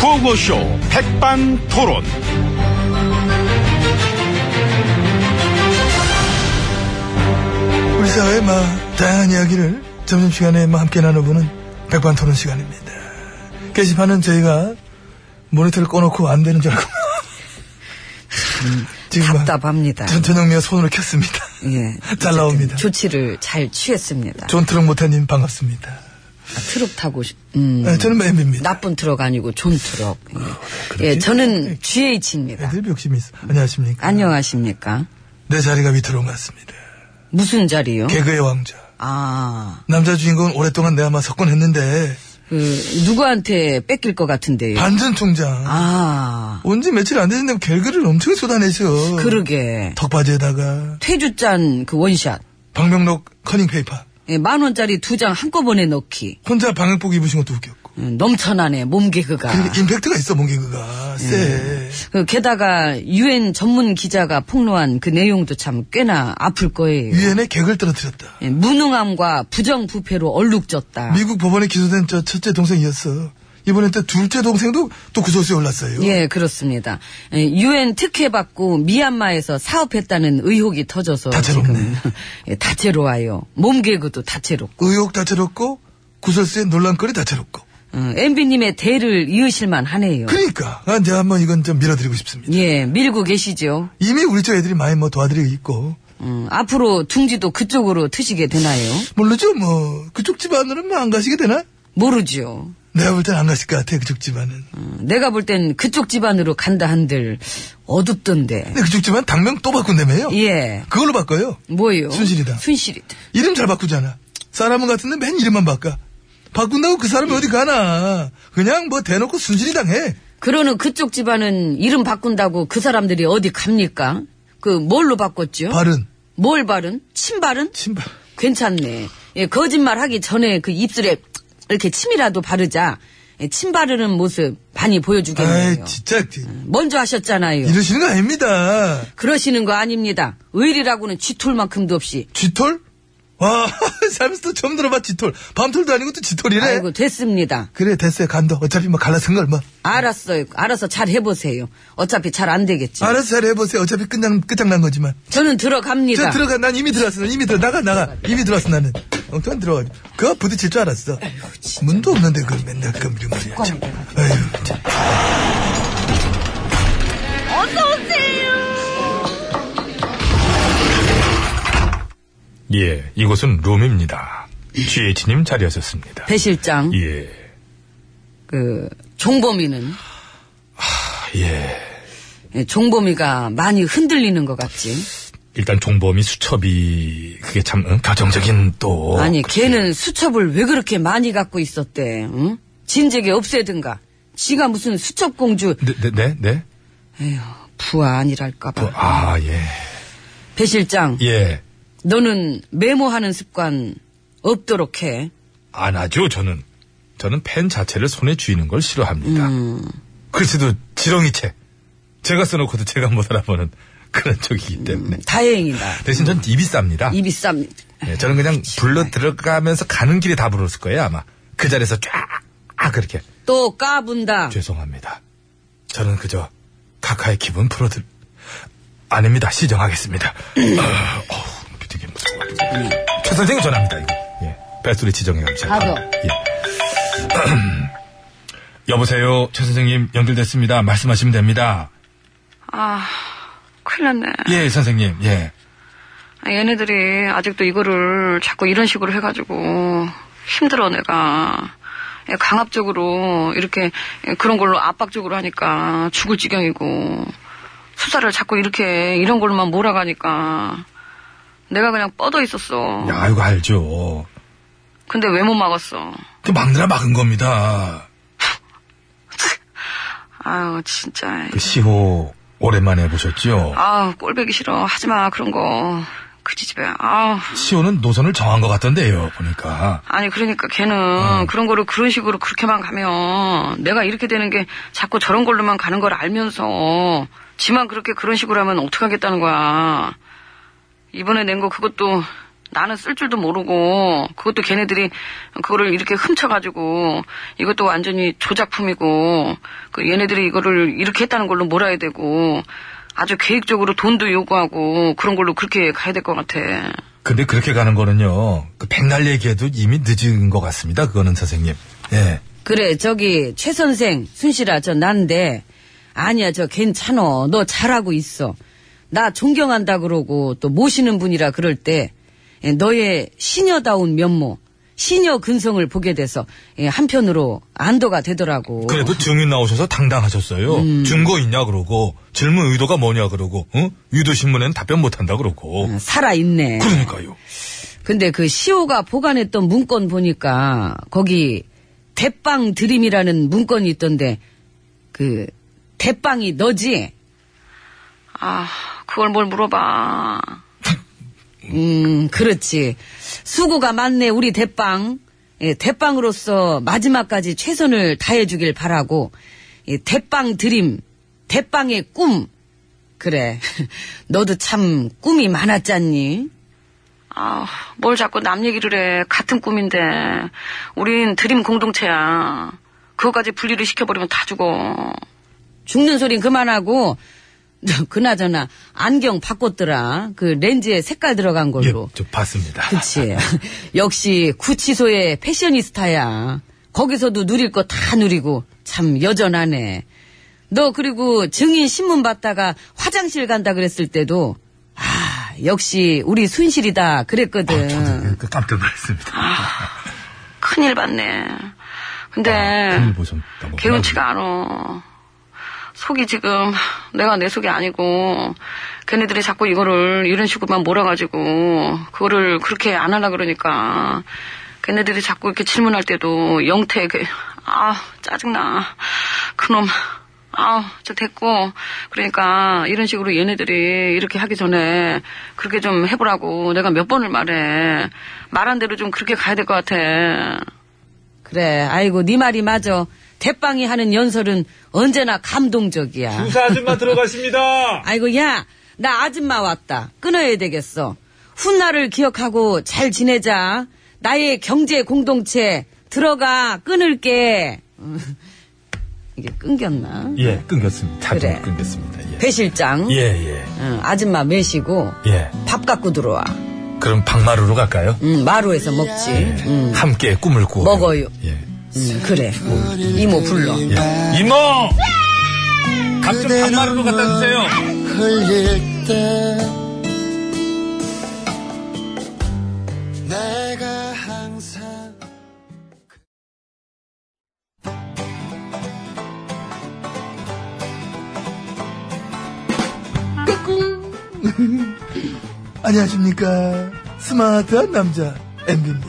구호쇼 백반토론. 우리 사회의 막 다양한 이야기를 점심시간에 막 함께 나눠보는 백반토론 시간입니다. 게시판은 저희가 모니터를 꺼놓고 안 되는 줄 알고 지금 막 답답합니다. 전- 전영미가 손으로 켰습니다. 예. 잘 나옵니다. 어쨌든 조치를 잘 취했습니다. 존 트럭 모타님 반갑습니다. 아, 트럭 타고 싶, 음. 네, 저는 멤비입니다. 나쁜 트럭 아니고 존 트럭. 예. 예, 네. 저는 GH입니다. 애들 욕심이 있어. 안녕하십니까. 안녕하십니까? 내 자리가 밑으로 온 것 같습니다. 무슨 자리요? 개그의 왕자. 아, 남자 주인공은 오랫동안 내가 막 석권했는데 그, 누구한테 뺏길 것 같은데요? 반전 총장. 예. 아, 온 지 며칠 안 됐는데 개그를 엄청 쏟아내셔. 그러게. 턱바지에다가 퇴주잔 그 원샷. 방명록 커닝페이퍼. 예, 만 원짜리 두 장 한꺼번에 넣기. 혼자 방역복 입으신 것도 웃겼고. 음, 넘쳐나네, 몸개그가. 그리고 임팩트가 있어, 몽개그가. 쎄. 그 게다가 유엔 전문 기자가 폭로한 그 내용도 참 꽤나 아플 거예요. 유엔에 개그를 떨어뜨렸다. 예, 무능함과 부정부패로 얼룩졌다. 미국 법원에 기소된 저 첫째 동생이었어. 이번에 또 둘째 동생도 또 구속수에 올랐어요. 예, 그렇습니다. 예, 유엔 특혜 받고 미얀마에서 사업했다는 의혹이 터져서 다채롭네. 지금 예, 다채로워요. 몸개그도 다채롭고. 의혹 다채롭고, 구설수의 논란거리 다채롭고. 음. 어, 엠비님의 대를 이으실만 하네요. 그러니까, 아, 이제 한번 이건 좀 밀어드리고 싶습니다. 예, 밀고 계시죠. 이미 우리 저 애들이 많이 뭐 도와드리고 있고, 음, 앞으로 둥지도 그쪽으로 트시게 되나요? 모르죠, 뭐. 그쪽 집안으로는 뭐안 가시게 되나? 모르죠. 내가 볼 땐 안 가실 것 같아, 그쪽 집안은. 음, 내가 볼 땐 그쪽 집안으로 간다 한들 어둡던데. 근데 그쪽 집안 당명 또 바꾼다며요? 예. 그걸로 바꿔요. 뭐요? 순실이다. 순실이다. 이름 잘 바꾸잖아. 사람은 같은데 맨 이름만 바꿔. 바꾼다고 그 사람이 어디 가나. 그냥 뭐 대놓고 순진히 당해. 그러는 그쪽 집안은 이름 바꾼다고 그 사람들이 어디 갑니까? 그 뭘로 바꿨죠? 발은, 뭘 바른? 침발은? 신발. 괜찮네. 예, 거짓말 하기 전에 그 입술에 이렇게 침이라도 바르자. 예, 침 바르는 모습 많이 보여주겠네요. 음, 아이, 진짜. 지- 먼저 하셨잖아요. 이러시는 거 아닙니다. 그러시는 거 아닙니다. 의리라고는 쥐툴만큼도 없이. 쥐털? 와, 살면서 또 처음 들어봐, 쥐털. 밤털도 아니고 또 쥐털이래. 아이고 됐습니다. 그래, 됐어요. 간다. 어차피 뭐 갈라선 걸 뭐. 알았어요. 알아서 잘 해보세요. 어차피 잘 안 되겠죠. 알아서 잘 해보세요. 어차피 끝장, 끝장난 거지만. 저는 저 들어갑니다. 들어가, 난 이미 들어왔어. 난 이미 들어, 나가, 나가. 이미 들어왔어, 나는. 엉뚱한 들어가. 그거 부딪힐 줄 알았어. 문도 없는데, 그걸 맨날 그 이름 말이야. 참. 아유, 참. 예, 이곳은 룸입니다. 예. GH님 자리하셨습니다. 배 실장, 예, 그 종범이는 아, 예. 예, 종범이가 많이 흔들리는 것 같지. 일단 종범이 수첩이 그게 참 응? 가정적인 또 아니 그렇게 걔는 수첩을 왜 그렇게 많이 갖고 있었대? 응? 진즉에 없애든가. 지가 무슨 수첩 공주 네네네 네? 에휴, 부하 아니랄까봐. 아예예 예. 배 실장, 너는 메모하는 습관 없도록 해. 안 하죠 저는 저는 펜 자체를 손에 쥐는 걸 싫어합니다 음. 글씨도 지렁이채 제가 써놓고도 제가 못 알아보는 그런 쪽이기 음. 네. 때문에 다행이다. 대신 전 입이 쌉니다 입이 쌉. 예, 저는 아, 그냥 불러 들어가면서 가는 길에 다 불었을 거예요 아마 그 자리에서 쫙 그렇게 또 까분다. 죄송합니다 저는 그저 카카의 기분 풀어들 아닙니다 시정하겠습니다 음. 아, 어우 되게 무서워 최 선생님 전화입니다 이거 예 뱃소리 지정해 감사합니다 가도. 예. 여보세요 최 선생님 연결됐습니다 말씀하시면 됩니다 아, 큰일 났네. 예 선생님 예 아, 얘네들이 아직도 이거를 자꾸 이런 식으로 해가지고 힘들어, 내가. 예, 강압적으로 이렇게 예, 그런 걸로 압박적으로 하니까 죽을 지경이고 수사를 자꾸 이렇게 이런 걸로만 몰아가니까 내가 그냥 뻗어 있었어. 야, 이거 알죠 근데 왜 못 막았어? 그 막느라 막은 겁니다 아유, 진짜. 그 시호 오랜만에 보셨죠 아우, 꼴배기 싫어. 하지 마, 그런 거. 그 지집애. 아우. 시호는 노선을 정한 것 같던데요 보니까 아니 그러니까 걔는 그런 거를 그런 식으로 그렇게만 가면 내가 이렇게 되는 게 자꾸 저런 걸로만 가는 걸 알면서 지만 그렇게 그런 식으로 하면 어떡하겠다는 거야. 이번에 낸 거 그것도 나는 쓸 줄도 모르고 그것도 걔네들이 그거를 이렇게 훔쳐가지고 이것도 완전히 조작품이고 그 얘네들이 이거를 이렇게 했다는 걸로 몰아야 되고 아주 계획적으로 돈도 요구하고 그런 걸로 그렇게 가야 될 것 같아. 근데 그렇게 가는 거는요, 그 백날 얘기해도 이미 늦은 것 같습니다. 그거는 선생님. 예. 그래, 저기, 최 선생, 순실아, 저 난데, 아니야, 저 괜찮어. 너 잘하고 있어. 나 존경한다 그러고, 또 모시는 분이라 그럴 때, 예, 너의 시녀다운 면모, 시녀 근성을 보게 돼서, 예, 한편으로 안도가 되더라고. 그래도 증인 나오셔서 당당하셨어요. 증거 있냐 그러고 질문 의도가 뭐냐 그러고 응? 유도 신문엔 답변 못한다 그러고. 아, 살아있네. 그러니까요. 예, 근데 그 시호가 보관했던 문건 보니까 거기 대빵 드림이라는 문건이 있던데 그 대빵이 너지? 아, 그걸 뭘 물어봐. 음 그렇지 수고가 많네 우리 대빵 예, 대빵으로서 마지막까지 최선을 다해주길 바라고 이 대빵 드림 대빵의 꿈 그래 너도 참 꿈이 많았잖니 아, 뭘 자꾸 남 얘기를 해. 같은 꿈인데. 우린 드림 공동체야. 그거까지 분리를 시켜버리면 다 죽어. 죽는 소린 그만하고 그나저나 안경 바꿨더라. 그 렌즈에 색깔 들어간 예, 걸로. 저 봤습니다. 그치. 역시 구치소의 패셔니스타야. 거기서도 누릴 거 다 누리고 참 여전하네. 너 그리고 증인 신문 봤다가 화장실 간다 그랬을 때도 아 역시 우리 순실이다 그랬거든. 저도 그 깜짝 놀랐습니다. 큰일 봤네. 근데 아, 큰일 보셨다. 뭐. 네. 개운치가 않어. 속이 지금 내가 내 속이 아니고 걔네들이 자꾸 이거를 이런 식으로만 몰아가지고 그거를 그렇게 안 하려 그러니까 걔네들이 자꾸 이렇게 질문할 때도 영태 아 짜증나 그놈 아저 됐고 그러니까 이런 식으로 얘네들이 이렇게 하기 전에 그렇게 좀 해보라고 내가 몇 번을 말해 말한 대로 좀 그렇게 가야 될 것 같아 그래 아이고 네 말이 맞아. 대빵이 하는 연설은 언제나 감동적이야. 주사 아줌마 들어가십니다. 아이고 야 나 아줌마 왔다 끊어야 되겠어 훗날을 기억하고 잘 지내자 나의 경제 공동체 들어가 끊을게 음, 이게 끊겼나 예, 끊겼습니다. 자주 그래. 끊겼습니다. 예. 배 실장 예, 예, 응, 아줌마 매시고 예. 밥 갖고 들어와 그럼 박마루로 갈까요? 응, 마루에서 먹지 예. 응, 함께 꿈을 꾸어. 음. 먹어요. 예. 응, 그래 이모 불러 예. 이모! 갑좀 박마루로 갖다 주세요. 흘릴 때 내가 항상 안녕하십니까. 스마트한 남자, 엠비입니다.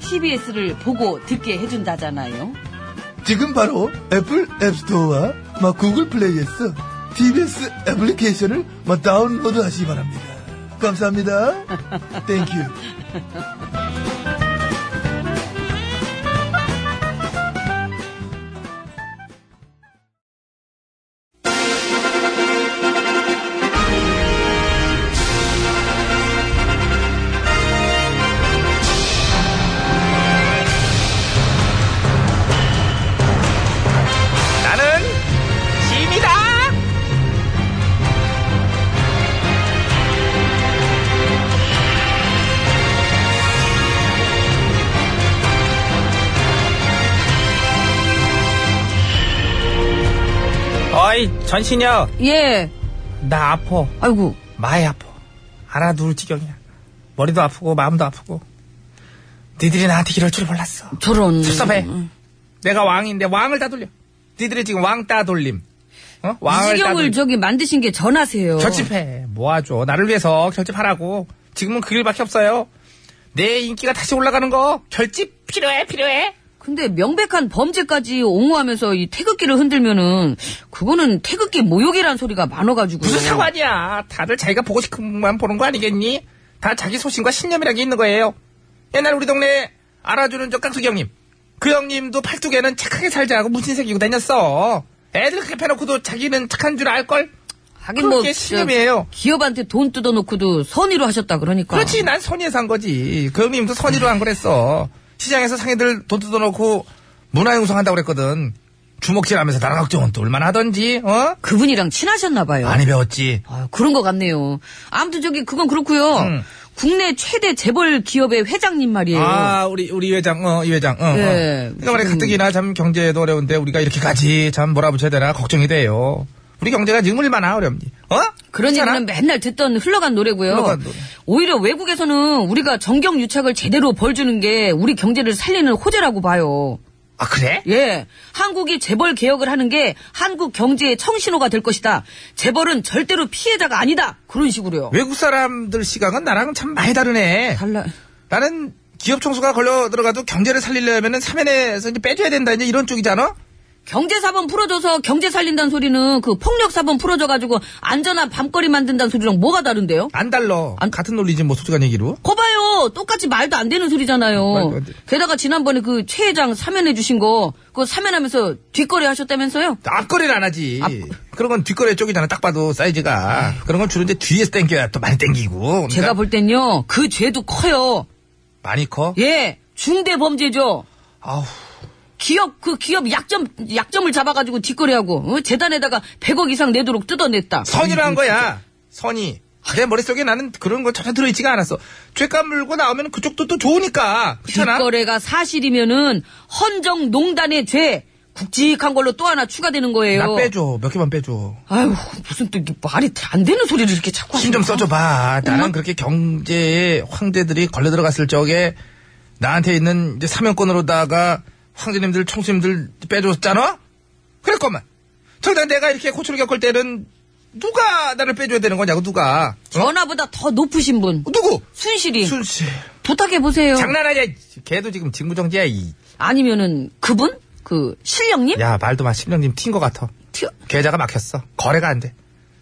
TBS를 보고 듣게 해준다잖아요. 지금 바로 애플 앱스토어와 마, 구글 플레이에서 TBS 애플리케이션을 마, 다운로드 하시기 바랍니다. 감사합니다. 땡큐. 어이, 전신여. 예, 나 아파. 아이고, 많이 아파. 알아누울 지경이야. 머리도 아프고 마음도 아프고. 니들이 나한테 이럴 줄 몰랐어. 저런. 섭섭해. 음. 내가 왕인데 왕을 따돌려. 니들이 지금 왕 따돌림. 어? 왕을 시경을 따돌림. 뭐 저기 만드신 게 전하세요. 결집해. 모아줘. 나를 위해서 결집하라고. 지금은 그 길밖에 없어요. 내 인기가 다시 올라가는 거 결집 필요해 필요해 근데 명백한 범죄까지 옹호하면서 이 태극기를 흔들면은 그거는 태극기 모욕이란 소리가 많아가지고 무슨 상관이야 다들 자기가 보고 싶은 것만 보는 거 아니겠니 다 자기 소신과 신념이란 게 있는 거예요 옛날 우리 동네 알아주는 저 깍두기 형님 그 형님도 팔뚝에는 착하게 살자고 문신 새기고 다녔어 애들 그렇게 패놓고도 자기는 착한 줄 알걸 하긴 뭐 그게 저 신념이에요. 기업한테 돈 뜯어놓고도 선의로 하셨다 그러니까 그렇지, 난 선의에서 한 거지. 그 형님도 선의로 한 그랬어. 시장에서 상인들 돈 뜯어놓고 문화융성 한다고 그랬거든. 주먹질 하면서 나라 걱정은 또 얼마나 하던지, 어? 그분이랑 친하셨나 봐요 많이 배웠지. 아유, 그런 것 같네요 아무튼 저기 그건 그렇고요 음. 국내 최대 재벌 기업의 회장님 말이에요 아, 우리, 우리 회장, 어, 이 회장, 어. 예, 어. 그러니까 말이야, 지금- 가뜩이나 참 경제도 어려운데 우리가 이렇게까지 참 몰아붙여야 되나 걱정이 돼요. 우리 경제가 지금 얼마나 어렵니? 어? 그런 그렇잖아? 얘기는 맨날 듣던 흘러간 노래고요. 흘러간 노래. 오히려 외국에서는 우리가 정경 유착을 제대로 벌주는 게 우리 경제를 살리는 호재라고 봐요. 아, 그래? 예. 한국이 재벌 개혁을 하는 게 한국 경제의 청신호가 될 것이다. 재벌은 절대로 피해자가 아니다. 그런 식으로요. 외국 사람들 시각은 나랑 참 많이 다르네. 달라. 나는 기업 총수가 걸려 들어가도 경제를 살리려면은 사면에서 이제 빼줘야 된다 이제 이런 쪽이잖아. 경제 사범 풀어줘서 경제 살린다는 소리는 그 폭력 사범 풀어줘가지고 안전한 밤거리 만든다는 소리랑 뭐가 다른데요? 안 달러. 안- 같은 논리지 뭐 솔직한 얘기로. 거봐요. 똑같이 말도 안 되는 말도 소리잖아요. 안 돼. 게다가 지난번에 그 최 회장 사면해 주신 거, 그거 사면하면서 뒷거래 하셨다면서요? 앞거래를 안 하지. 앞- 아. 그런 건 뒷거래 쪽이잖아. 딱 봐도 사이즈가. 그런 건 주로 이제 뒤에서 땡겨야 또 많이 땡기고. 그러니까 제가 볼 땐요, 그 죄도 커요. 많이 커. 예, 중대 범죄죠. 아우. 기업, 그 기업 약점, 약점을 잡아가지고 뒷거래하고, 어? 재단에다가 100억 이상 내도록 뜯어냈다. 선의로 한 거야. 선의. 내 머릿속에 나는 그런 거 전혀 들어있지가 않았어. 죄값 물고 나오면 그쪽도 또 좋으니까. 그렇잖아. 뒷거래가 사실이면은, 헌정 농단의 죄, 굵직한 걸로 또 하나 추가되는 거예요. 나 빼줘. 몇 개만 빼줘. 아유, 무슨 또 이게 말이 안 되는 소리를 이렇게 자꾸 힘 좀 하시나? 써줘봐. 나는 그렇게 경제에 황제들이 걸려 들어갔을 적에 나한테 있는 이제 사면권으로다가 황제님들, 총수님들 빼줬잖아? 그랬건만. 저기다 내가 이렇게 고초를 겪을 때는 누가 나를 빼줘야 되는 거냐고, 누가. 전화보다 더 높으신 분. 누구? 순실이. 순씨. 부탁해보세요. 장난하냐? 이 걔도 지금 직무정지야, 이. 아니면은, 그분? 그, 실령님? 야, 말도 마. 신령님 튄 거 같아. 튀어- 계좌가 막혔어. 거래가 안 돼.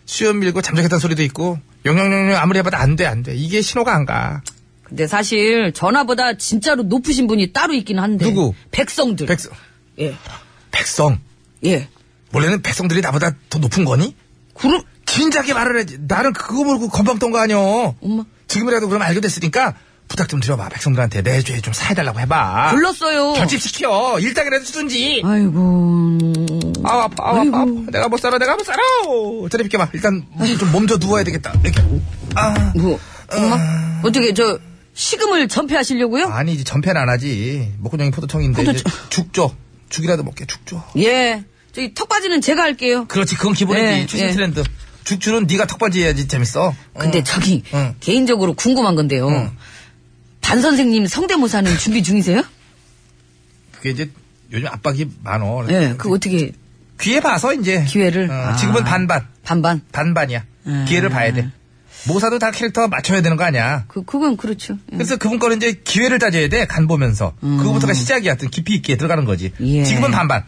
수염 밀고 잠적했다는 소리도 있고, 영영영영 아무리 해봐도 안 돼, 안 돼. 이게 신호가 안 가. 근데 사실, 전화보다 진짜로 높으신 분이 따로 있긴 한데. 누구? 백성들. 백성. 예. 백성. 예. 원래는 백성들이 나보다 더 높은 거니? 그럼, 진작에 말을 해지 나는 그거 모르고 건방 떤거 아니여. 엄마. 지금이라도 그럼 알게 됐으니까 부탁 좀 드려봐. 백성들한테 내 죄 좀 사해달라고 해봐. 불렀어요. 아, 결집시켜. 일당이라도 주든지. 아이고. 아, 아파, 아, 음. 아파, 아파. 내가 못 살아, 내가 못 살아. 저리 비켜봐. 일단 좀 몸져 누워야 되겠다. 이렇게. 아. 뭐, 엄마? 어떻게, 저, 식음을 전폐하시려고요? 아니지, 전패는 안 하지. 먹고정이 포도청인데. 이제 포도청. 죽 줘. 죽이라도 먹게, 죽 줘. 예. 저기, 턱받이는 제가 할게요. 그렇지, 그건 기본이지. 예, 최신 예. 트렌드. 죽주는 네가 턱받이 해야지 재밌어. 어. 근데 응. 저기, 응. 개인적으로 궁금한 건데요. 응. 반 선생님 성대모사는 준비 중이세요? 어, 그게 이제 요즘 압박이 많어. 예. 그 어떻게, 귀에 봐서 이제 기회를? 어, 지금은 아. 반반 반반. 반반이야. 음. 기회를 봐야 돼. 모사도 다 캐릭터 맞춰야 되는 거 아니야. 그, 그건 그렇죠. 예. 그래서 그분 거는 이제 기회를 따져야 돼. 간 보면서 그거부터가 시작이야. 또 깊이 있게 들어가는 거지. 음. 예. 지금은 반반.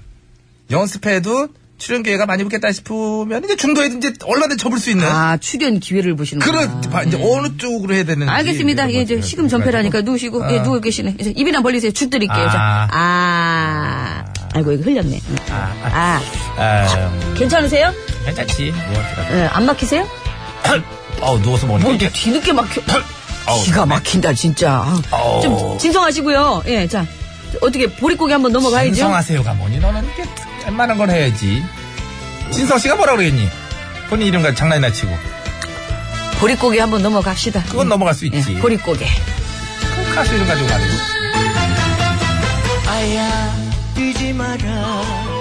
연습해도 출연 기회가 많이 붙겠다 싶으면 이제 중도에도 이제 얼마든 접을 수 있는. 아, 출연 기회를 보시는 네? 그런 바- 이제 어느 쪽으로 해야 되는지 알겠습니다. 이런 예, 저 것들. 식음 전폐라니까 누우시고, 예, 아. 누워 계시네. 이제 입이나 벌리세요. 죽 드릴게요. 아. 아. 아. 아이고, 이거 흘렸네. 아. 아, 괜찮으세요? 괜찮지. 뭐 할까? 예, 안 막히세요? 어 누워서 먹으니까 뭐, 뒤늦게 막혀. 아우, 기가 막힌다, 진짜. 아우. 아우. 좀 진성하시고요. 예, 자. 어떻게 보릿고기 한번 넘어가야죠. 진성하세요가 뭐니? 너는 이렇게 웬만한 걸 해야지. 진성 씨가 뭐라 그러겠니? 본인 이름 가지고 장난이나 치고. 보릿고기 한번 넘어갑시다. 그건 넘어갈 수 있지. 예, 보릿고기. 큰 가수 이름 가지고 가는 거. 아야 뛰지 마라